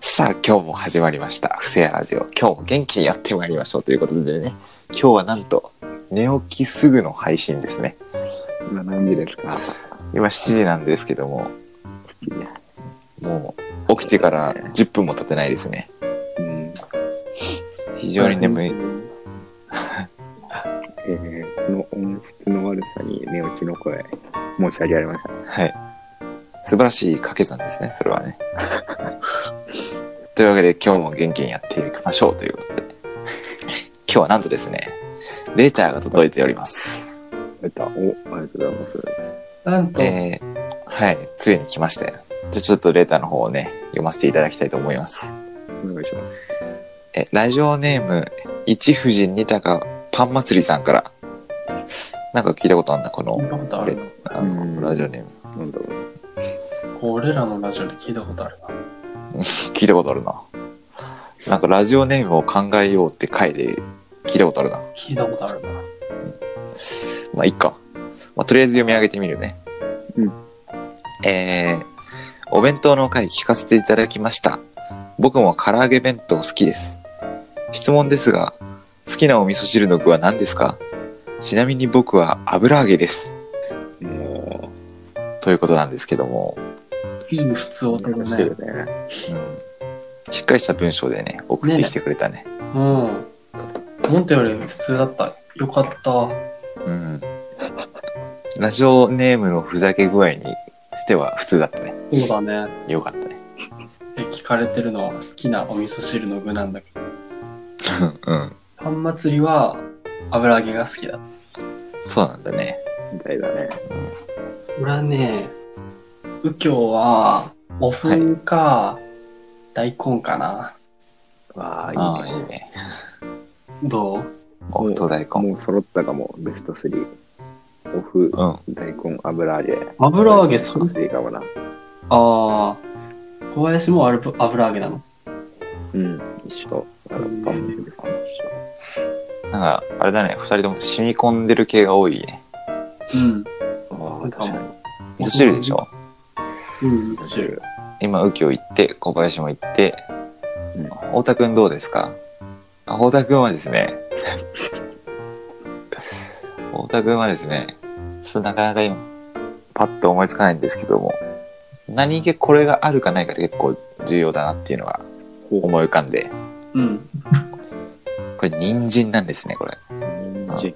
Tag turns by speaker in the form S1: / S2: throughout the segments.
S1: さあ今日も始まりました「布施屋ラジオ」今日も元気にやってまいりましょうということでね今日はなんと寝起きすぐの配信ですね
S2: 今何時ですか
S1: 今7時なんですけども
S2: いや、
S1: もう起きてから10分も経ってないですね
S2: うん。
S1: 非常に眠い、
S2: えー、この音質の悪さに寝落ちの声、申し訳ありませ
S1: は
S2: ん。
S1: い素晴らしい掛け算ですねそれはねというわけで今日も元気にやっていきましょうということで今日はなんとですねレーターが届いております
S2: えっと、お、ありがとうございます。
S3: なんと、
S1: えー、はい、ついに来ましたよ。じゃあちょっとレーターの方をね、読ませていただきたいと思います。
S2: お願いします。
S1: え、ラジオネーム、一富士二鷹パン祭りさんから。なんか聞いたことあんだ、この
S3: 聞いたことあるな。
S1: あの
S2: うん
S1: ラジオネーム。
S2: なんだろう。
S3: 俺らのラジオで聞いたことあるな。
S1: 聞いたことあるな。なんかラジオネームを考えようって回で聞いたことあるな。
S3: 聞いたことあるな。
S1: まあ、いっか。まあ、とりあえず読み上げてみるね。
S2: うん。
S1: えー、お弁当の回聞かせていただきました。僕も唐揚げ弁当好きです。質問ですが、好きなお味噌汁の具は何ですかちなみに僕は油揚げです。
S2: も
S1: ということなんですけども、
S3: いい普通
S2: う、
S3: 音だ
S2: よ
S3: ね。
S2: ね。
S1: うん、しっかりした文章でね、送ってきてくれたね。
S3: うん。思ったより普通だった。よかった。
S1: うん。ラジオネームのふざけ具合にしては普通だったね。
S3: そうだね。
S1: よかったね。
S3: で聞かれてるのは好きなお味噌汁の具なんだけど、
S1: うん。
S3: パン祭りは油揚げが好きだ。
S1: そうなんだね。
S2: みたいだね。
S3: 俺はね、右京は、お麩か、大根かな。
S2: わ
S1: あ
S2: あ、
S1: あ、
S2: い
S1: い
S2: い
S1: い
S2: ね。
S1: ね。
S3: どう
S1: おふと大根。
S2: もう揃ったかも、ベスト3。オフ、
S1: うん。
S2: 大根、油揚げ。
S3: 油揚げ、それ、
S2: いいかもな。
S3: ああ、小林もあれ油揚げなの。
S2: うん、一緒。あの
S3: うん
S2: パンもパンも一緒。
S1: なんか、あれだね、二人とも染み込んでる系が多いね。
S3: うん。
S2: あ
S3: あ
S2: あ、
S3: 確か
S2: 確
S3: に
S2: か
S1: 味噌汁でしょ
S3: うん、味噌汁。
S2: に。
S1: 今、右京行って、小林も行って
S2: うん、
S1: 太田くんどうですかあ太田くんはですね、 太田くんはですね、ちょっとなかなか今、パッと思いつかないんですけども、何気これがあるかないかって結構重要だなっていうのが思い浮かんで、
S3: うん。
S1: これ人参なんですね、これ。
S2: 人参。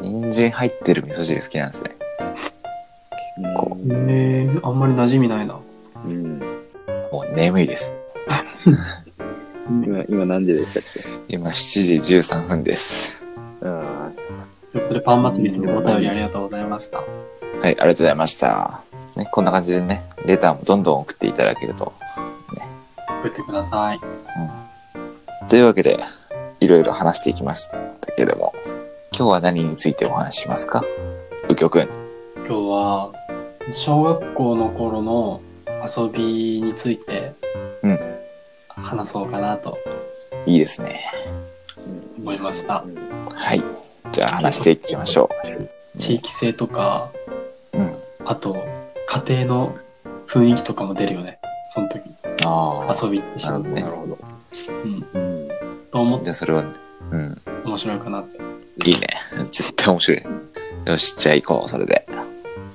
S1: 人参入ってる味噌汁好きなんですね。こ
S3: えー、あんまり馴染みないな。
S2: うん。
S1: もう眠いです。
S2: 今、今何時でしたっ
S1: 今7時13分です。
S2: けああ、
S3: ということで、パン祭りさんお便りありがとうございました。
S1: はい、ありがとうございました。ね、こんな感じでね、レターもどんどん送っていただけると。
S3: 送ってください。
S1: というわけで、いろいろ話していきましたけども、今日は何についてお話ししますか右京くん。
S3: 今日は、小学校の頃の遊びについて、
S1: うん
S3: 話そうかなと
S1: いいですね。
S3: 思いました。
S1: はい。じゃあ話していきましょ
S3: 地域性とか、
S1: う。うん。
S3: あと、家庭の雰囲気とかも出るよね。その時、
S1: ああ。
S3: 遊びって、
S1: なるほどね
S2: なるほど。
S3: うん、
S2: うん。
S3: と思って
S1: じゃあそれは、うん。
S3: 面白いかなって。
S1: いいね。絶対面白い。よし、じゃあ行こう、それで。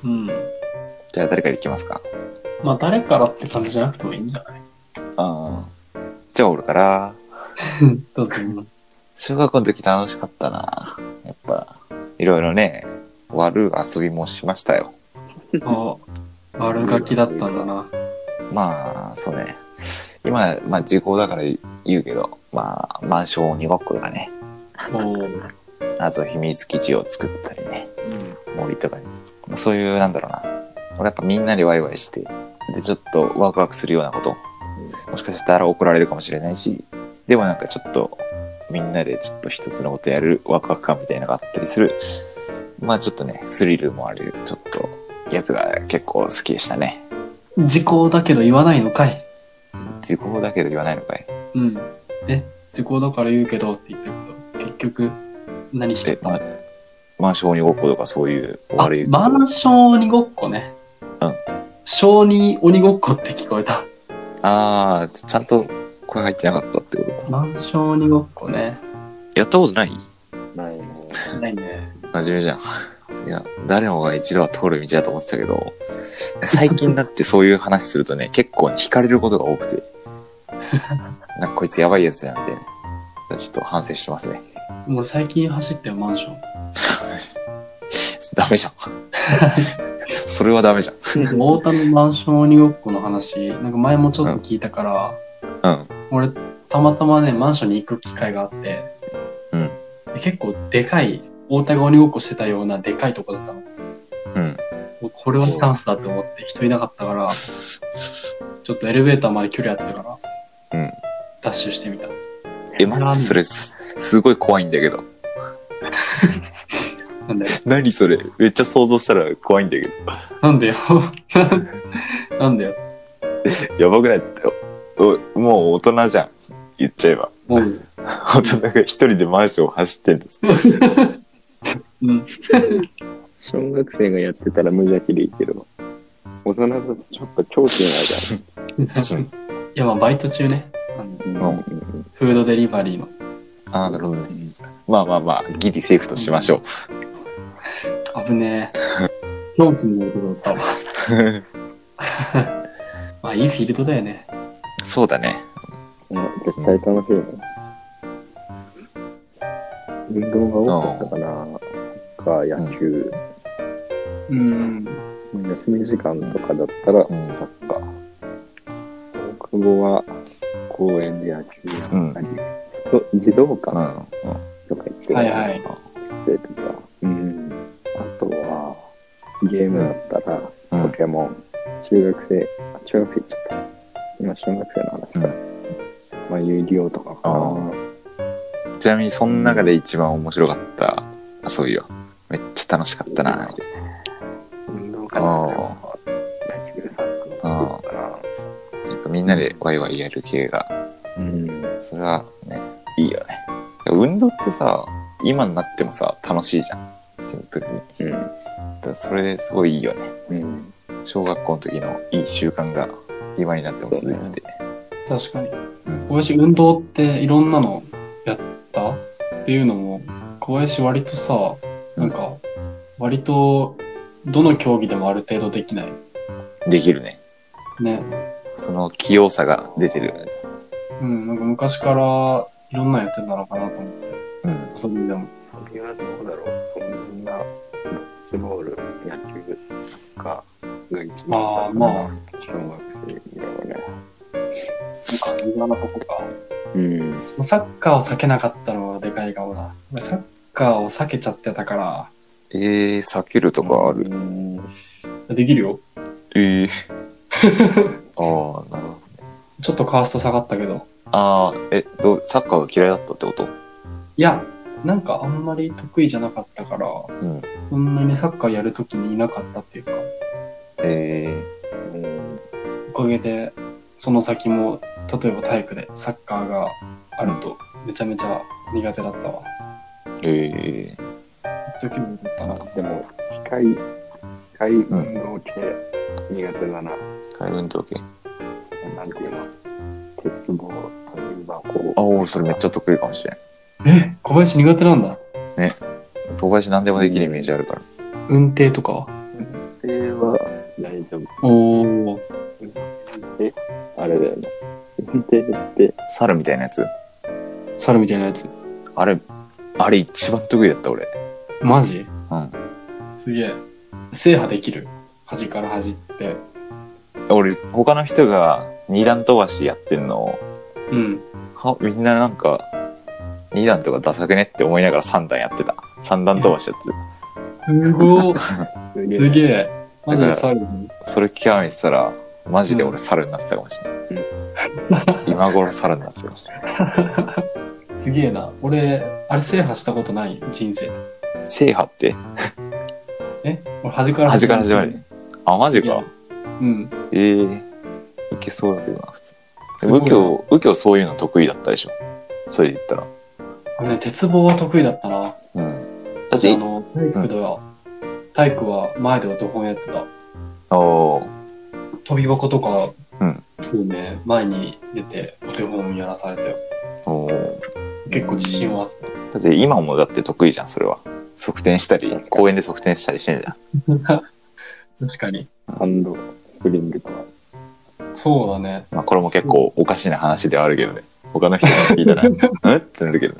S3: うん。
S1: じゃあ誰から行きますか
S3: まあ、誰からって感じじゃなくてもいいんじゃない
S1: ああ。じゃあ俺から。
S3: どうぞ。
S1: 小学校の時楽しかったな。やっぱ、いろいろね、悪い遊びもしましたよ。
S3: あ、悪ガキだったんだな。
S1: まあ、そうね。今、まあ、時効だから言うけど、まあ、マンション鬼ごっことかね。
S3: おー
S1: あと、秘密基地を作ったりね、森とかに。まあそういう、なんだろうな。俺やっぱみんなでワイワイして、で、ちょっとワクワクするようなこと。もしかしたら怒られるかもしれないし、でもなんかちょっと、みんなでちょっと一つのことやるワクワク感みたいなのがあったりする。まあちょっとね、スリルもある、ちょっと、やつが結構好きでしたね。
S3: 時効だけど言わないのかい。
S1: 時効だけど言わないのかい
S3: うん。え、時効だから言うけどって言ったけど、結局、何して
S1: で、
S3: た
S1: ま
S3: の
S1: あ、マンション鬼ごっことかそういう
S3: あ
S1: 悪い、こと。
S3: マンション鬼ごっこね。
S1: うん。
S3: 小児鬼ごっこって聞こえた。
S1: あああ、ちゃんと声入ってなかったってことか。
S3: マンション鬼ごっこね。
S1: やったことない
S2: ないね。
S3: ないね。
S1: 真面目じゃん。いや、誰もが一度は通る道だと思ってたけど、最近だってそういう話するとね、結構惹かれることが多くて。なんかこいつやばいやつやんみたいな。ちょっと反省してますね。
S3: もう最近走ったよ、マンション。
S1: ダメじゃん。それはダメじ
S3: 太田のマンション鬼ごっこの話、なんか前もちょっと聞いたから、
S1: ゃん。
S3: 俺、たまたまね、マンションに行く機会があって、
S1: うん
S3: で結構でかい、太田が鬼ごっこしてたようなでかいとこだったの。
S1: うん。うん。
S3: もうこれはチャンスだと思って人いなかったから、ちょっとエレベーターまで距離あったから、
S1: うん
S3: ダッシュしてみた。
S1: え、待って、それす、すごい怖いんだけど。
S3: なんだよ。
S1: 何それめっちゃ想像したら怖いんだけ
S3: なんだよ。 なんだよ。
S1: ど。やばくないって。おもう大人じゃん。言っちゃえば。
S3: もう。
S1: 大人が一人でマンションを走ってんです。
S3: うん。
S2: 小学生がやってたら無邪気でいいけど、大人だとちょっと長期に
S3: いや、まあ、バイト中ね。あの
S2: なる
S1: う
S2: から。
S1: ん
S3: フードデリバリーの。
S1: ああ、なるほどね。まあまあまあ、ギリセーフとしましょう。
S3: 危ねえ。狂気になることだったわ。まあ、いいフィールドだよね。
S1: そうだね。
S2: うん絶対楽しいね。運動が多かったかな。サッカー、野球。
S3: うん。
S2: 休み時間とかだった
S1: う
S2: ら、
S1: ん
S2: サッカー。国語は公園で野球やったり、外児童館
S1: うん。うん
S2: とか行って、
S3: はいはい。
S2: してとか、うん、あとは、ゲームだったら、
S1: うん
S2: ポケモン、中学生、あ中学生行っちゃった。今、小学生の話
S1: う
S2: か。
S1: ん
S2: まあ、有料とかか
S1: あちなみに、その中で一番面白かった遊びは、めっちゃ楽しかったな、みたい
S2: な。運動
S1: な。
S2: かな。
S1: ああ。
S2: 野球サッカーとかな。
S1: やっぱみんなでワイワイやる系が、
S2: うん。
S1: それはね、いいよね。運動ってさ、今になってもさ、楽しいじゃん。シンプルに。
S2: うん。
S1: だからそれすごいいいよね。
S2: うん。
S1: 小学校の時のいい習慣が今になっても続いてて。
S3: 確かに
S1: うん。
S3: 小林、運動っていろんなのやったっていうのも、小林割とさ、なんか、割と、どの競技でもある程度できない。
S1: できるね。
S3: ね。
S1: その器用さが出てる。
S3: うん、なんか昔からいろんなのやってたのかなと思って、
S1: うん。
S3: 遊びでも。
S2: それはどうだろう。そんな、ドッジボール、野球、サッカーが一番。
S3: あーまあ、
S2: 小学生だろうね。
S3: 感じなとこか。
S2: うん。
S3: そのサッカーを避けなかったのがでかいかもな。俺サッカーを避けちゃってたか
S1: えー、避けるとかある。
S2: うん
S3: ら、できるよ。
S1: ええああ、なるほど。
S3: ちょっとカースト下がったけど。
S1: ああ、え、どう、サッカーが嫌いだったってこと
S3: いや、なんかあんまり得意じゃなかったから、
S1: うん。
S3: そんなにサッカーやるときにいなかったっていうか、
S1: え
S2: うん
S3: おかげで、その先も、例えば体育でサッカーがあると、めちゃめちゃ苦手だったわ。
S1: ー、えー、
S3: 一時もだったな。
S2: でも、機械、機械運動系苦手だな。
S1: 海運動系。
S2: なんていうの鉄棒、タイバコ。
S1: あ、俺それめっちゃ得意かもしれん。
S3: え、小林苦手なんだ。
S1: 小林何でもできるイメージあるから。
S3: 運転とかは
S2: それは大丈夫。
S3: おー。
S2: えあれだよね。運転って、
S1: 猿みたいなやつ
S3: 猿みたいなやつ。
S1: あれ、あれ一番得意だった俺。
S3: マジ
S1: うん。
S3: すげえ。制覇できる。端から端って。
S1: 俺、他の人が二段飛ばしやってんのを、
S3: うん。
S1: は、みんななんか、二段とかダサくねって思いながら三段やってた。三段飛ばしやって
S3: すごー。
S2: す
S3: すげ
S2: え。
S3: え。マジで猿
S1: た。それ極めてたら、マジで俺猿になってたかもしれない。今頃猿になってました。
S3: すげえな。俺、あれ制覇したことない人生。
S1: 制覇って
S3: え俺端から
S1: 端から始まる。あ、マジか。
S3: うん。
S1: ええいけそうだけどな、普通。
S3: すごい
S1: 右京、右京そういうの得意だったでしょ。それで言ったら。
S3: 俺ね、鉄棒は得意だったな。
S1: うん。
S3: だってあの、体育では、体育は前で男やってた。
S1: おー
S3: 飛び箱とか
S1: うん
S3: もうね、前に出てお手本やらされたよ。
S1: おー
S3: 結構自信はあっ
S1: だって今もだって得意じゃん、それは。側転したり、公園で側転したりしてんじゃん。
S3: た。確かに。
S2: ハンドスプリングとか。
S3: そうだね。
S1: まあこれも結構おかしな話ではあるけどね。他の人に聞いたら、 うんってなるけど、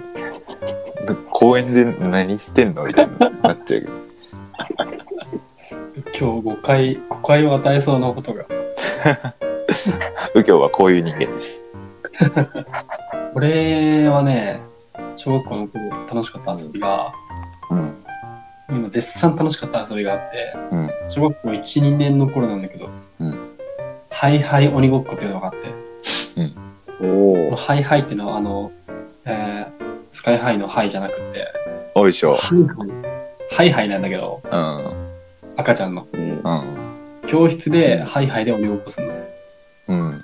S1: 公園で何してんのみたいになっちゃうけど。
S3: 今日5回、5回を与えそうなことが。
S1: 右京はこういう人間です。
S3: 俺はね、小学校の頃楽しかった遊びが、
S1: うん。
S3: 今絶賛楽しかった遊びがあって、
S1: うん
S3: 小学校1、2年の頃なんだけど、
S1: うん
S3: ハイハイ鬼ごっこというのがあって、こ
S2: お
S3: の
S2: お。
S3: ハイハイっていうのはあの、えースカイハイのハイじゃなくて、
S1: おいしょ。
S3: ハイハイ、ハイハイなんだけど、
S1: うん。
S3: 赤ちゃんの。
S2: うん。
S1: うん。
S3: 教室でハイハイで鬼ごっこするの。
S1: うん。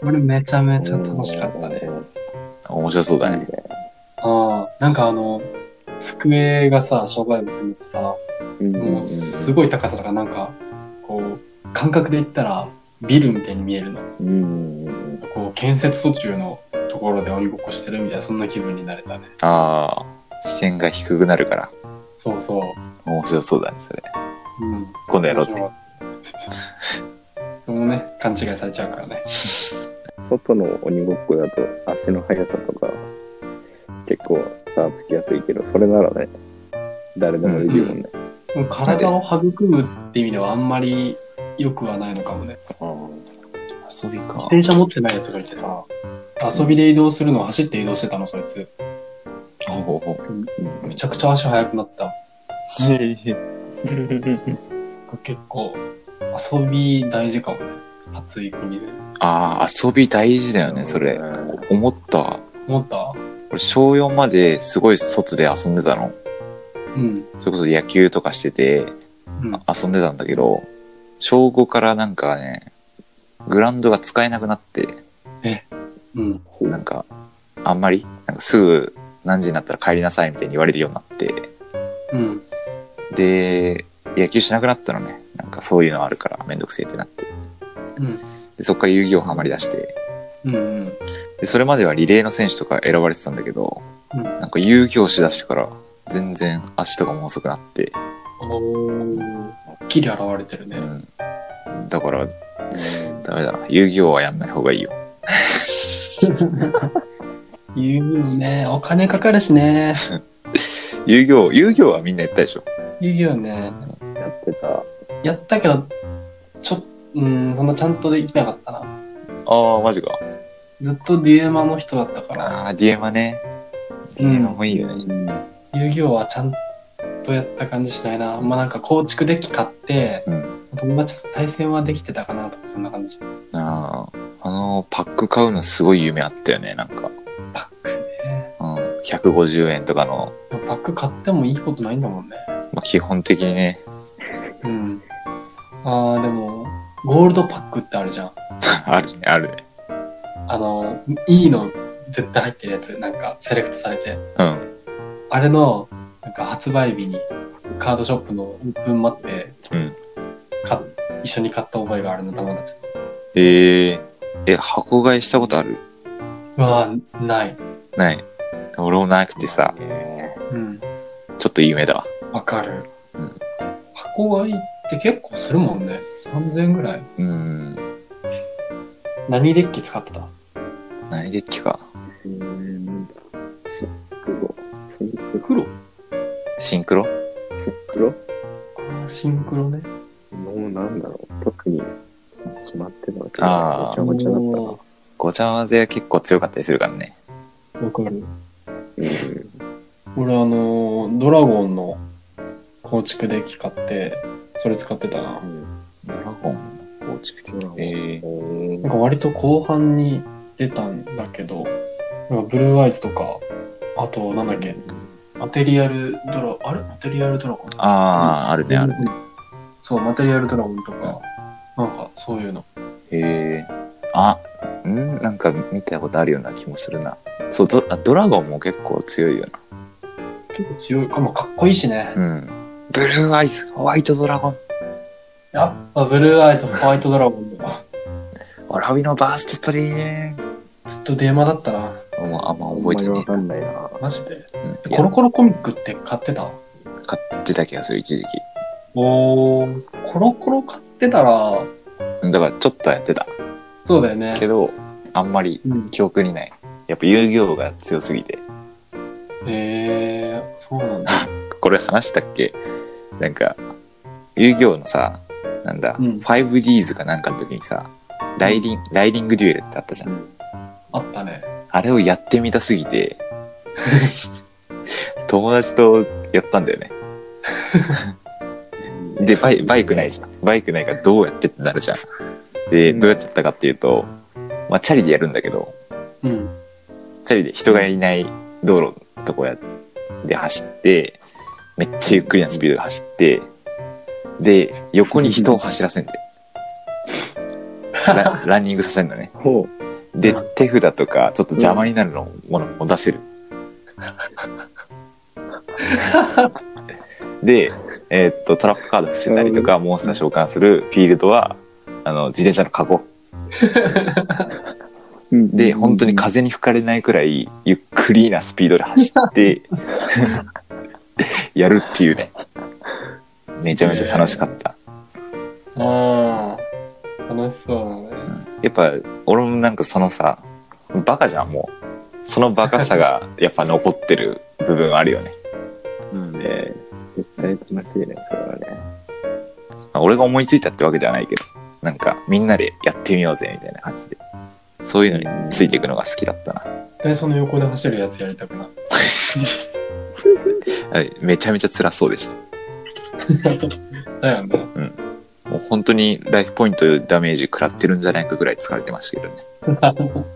S3: これめちゃめちゃ楽しかったね。
S1: 面白そうだね。
S3: ああ、なんかあの、机がさ、障害物になってさ、
S2: うん。
S3: もうすごい高さだからなんか、こう、感覚で言ったらビルみたいに見えるの。
S2: うん。
S3: こう、建設途中のところで鬼ごっこしてるみたいな、そんな気分になれたね。
S1: ああ。視線が低くなるから。
S3: そうそう。
S1: 面白そうだね、それ。
S3: うん。
S1: 今度やろうぜ。
S3: それもね、勘違いされちゃうからね。
S2: 外の鬼ごっこだと足の速さとか、結構差つきやすいけど、それならね、誰でもできるもんね。
S3: もう体を育むって意味ではあんまり良くはないのかもね。
S1: 遊び
S3: 自
S1: か。
S3: 転車持ってないやつがいてさ、遊びで移動するのを走って移動してたの、そいつ。
S1: ほうほうほう
S3: めちゃくちゃ足速くなった。
S2: うん。
S3: 結構、遊び大事かもね。暑い国で。
S1: ああ、遊び大事だよね、それ。思ったわ。
S3: 思った
S1: 俺、小4まですごい外で遊んでたの。
S3: うん。
S1: それこそ野球とかしてて、
S3: うん。
S1: 遊んでたんだけど、小5からなんかね、グラウンドが使えなくなって、
S3: うん。
S1: なんか、あんまり、なんかすぐ何時になったら帰りなさいみたいに言われるようになって、
S3: うん。
S1: で、野球しなくなったのね。なんかそういうのあるからめんどくせえってなって。
S3: うん。
S1: で、そっから遊戯王ハマり出して、
S3: うん。うん。
S1: で、それまではリレーの選手とか選ばれてたんだけど、
S3: うん
S1: なんか遊戯王しだしてから、全然足とかも遅くなって、
S3: おー。はっきり現れてるね
S1: う。ん。だから、ダメだな。遊戯王はやんない方がいいよ。
S3: 遊戯王ね、お金かかるし ね。
S1: 遊戯王、遊戯王はみんなやったでしょ。
S3: 遊戯王ね、
S2: やってた。
S3: やったけど、ちょ、うん、そんなちゃんとできなかったな。
S1: ああ、マジか。
S3: ずっとデュエマの人だったから、
S1: ああ、ディエマね。ディエマもいいよね。
S3: 遊戯王はちゃんとやった感じしないな。まあなんか構築デッキ買って、
S1: うん
S3: 友達と対戦はできてたかなとか、そんな感じ。バ
S1: ああ、あの、パック買うのすごい夢あったよね、なんか。
S3: ックね。
S1: うん。150円とかの、
S3: でもバック買ってもいいことないんだもんね。
S1: まあ、基本的にね。
S3: うん。ああ、でも、ゴールドパックってあるじゃん。
S1: あるね、あるね。
S3: あの、いいの絶対入ってるやつ、なんかセレクトされて。
S1: うん。
S3: あれの、なんか発売日にカードショップのオープン待って、
S1: うん
S3: か一緒に買った覚えがあるの、友達と。
S1: えええ、箱買いしたことある
S3: うわーない。
S1: ない。俺もなくてさ、
S3: うん。
S1: ちょっと夢だわ。
S3: わかる。
S1: うん
S3: 箱買いって結構するもんね。3000円ぐらい。
S1: うん。
S3: 何デッキ使ってた
S1: 何デッキか。
S2: うん。なんだ。シンクロ。シンクロ。
S3: 黒
S1: シンクロ
S2: シンクロ
S3: あーシンクロね。
S2: もうなんだろう、特に決まってたわけ
S1: あー
S2: ごちゃごちゃだっ
S1: ごちゃ混ぜは結構強かったりするからね。
S3: おーわかる。
S2: たな。
S3: 俺あのードラゴンの構築デッキ買って、それ使ってたな
S2: う。ん。
S1: ドラゴンの構築的
S2: ドラゴン
S1: ええ
S2: うん。
S3: なんか割と後半に出たんだけど、なんかブルーアイズとか、あとなんだっけ、マテリアルドラ、あれマテリアルドラゴン
S1: ああ、あるね、ある。
S3: ね。そう、マテリアルドラゴンとか、なんかそういうの。
S1: へえ。あ、んなんか見たことあるような気もするな。そう、ドあドラゴンも結構強いよ
S3: 結構強いかも、かっこいいしね。
S1: な。うん。ブルーアイズ、ホワイトドラゴン。
S3: やっぱブルーアイズ、ホワイトドラゴンだわ。
S1: わらびのバーストストリーム
S3: ずっとデーマだったな。
S1: もうあんま
S2: あん
S1: 覚
S2: ま
S1: えて
S2: り
S1: な
S2: わ
S1: い。
S2: かんないな。
S3: マジで。
S1: うん、い
S3: コ
S1: や
S3: ロコロコミックって買ってた
S1: 買ってた気がする、一時期。
S3: おー、コロコロ買ってたら、
S1: うんだからちょっとはやってた
S3: そうだよね。
S1: けど、あんまり
S3: うん、
S1: 記憶にない。やっぱ遊戯王が強すぎて。
S3: へー、そうなん だ。
S1: これ話したっけなんか、遊戯王のさ、なんだ、
S3: うん
S1: 5Ds かなんかの時にさ、ライディン、ライディングデュエルってあったじゃん。
S3: あったね。
S1: あれをやってみたすぎて、友達とやったんだよね。でバイ、バイクないじゃん。バイクないからどうやってってなるじゃん。で、
S2: うん
S1: どうやってやったかっていうと、まあ、チャリでやるんだけど、
S3: うん。
S1: チャリで人がいない道路のとこやで走って、めっちゃゆっくりなスピードで走って、で、横に人を走らせん だよ。ラランニングさせんのね。
S2: ほ
S1: で、手札とか、ちょっと邪魔になるのものも出せる。で、えーっと、トラップカード伏せたりとか、モンスター召喚するフィールドは、あの、自転車のカゴ。
S2: う。
S1: で、本当に風に吹かれないくらい、ゆっくりなスピードで走って、やるっていうね。めちゃめちゃ楽しかった。
S3: あー、楽しそうだね。
S1: やっぱ、俺もなんかそのさ、バカじゃん、もう。そのバカさが、やっぱ残ってる部分あるよね。
S2: うんね。絶対楽しいね、それはね。
S1: まあ俺が思いついたってわけではないけど、なんかみんなでやってみようぜみたいな感じで、そういうのについていくのが好きだったな。
S3: 絶対その横で走るやつやりたくなる。
S1: はいめちゃめちゃ辛そうでし
S3: だよね。
S1: た。もう本当にライフポイントダメージ食らってるんじゃないかぐらい疲れてましたけどね。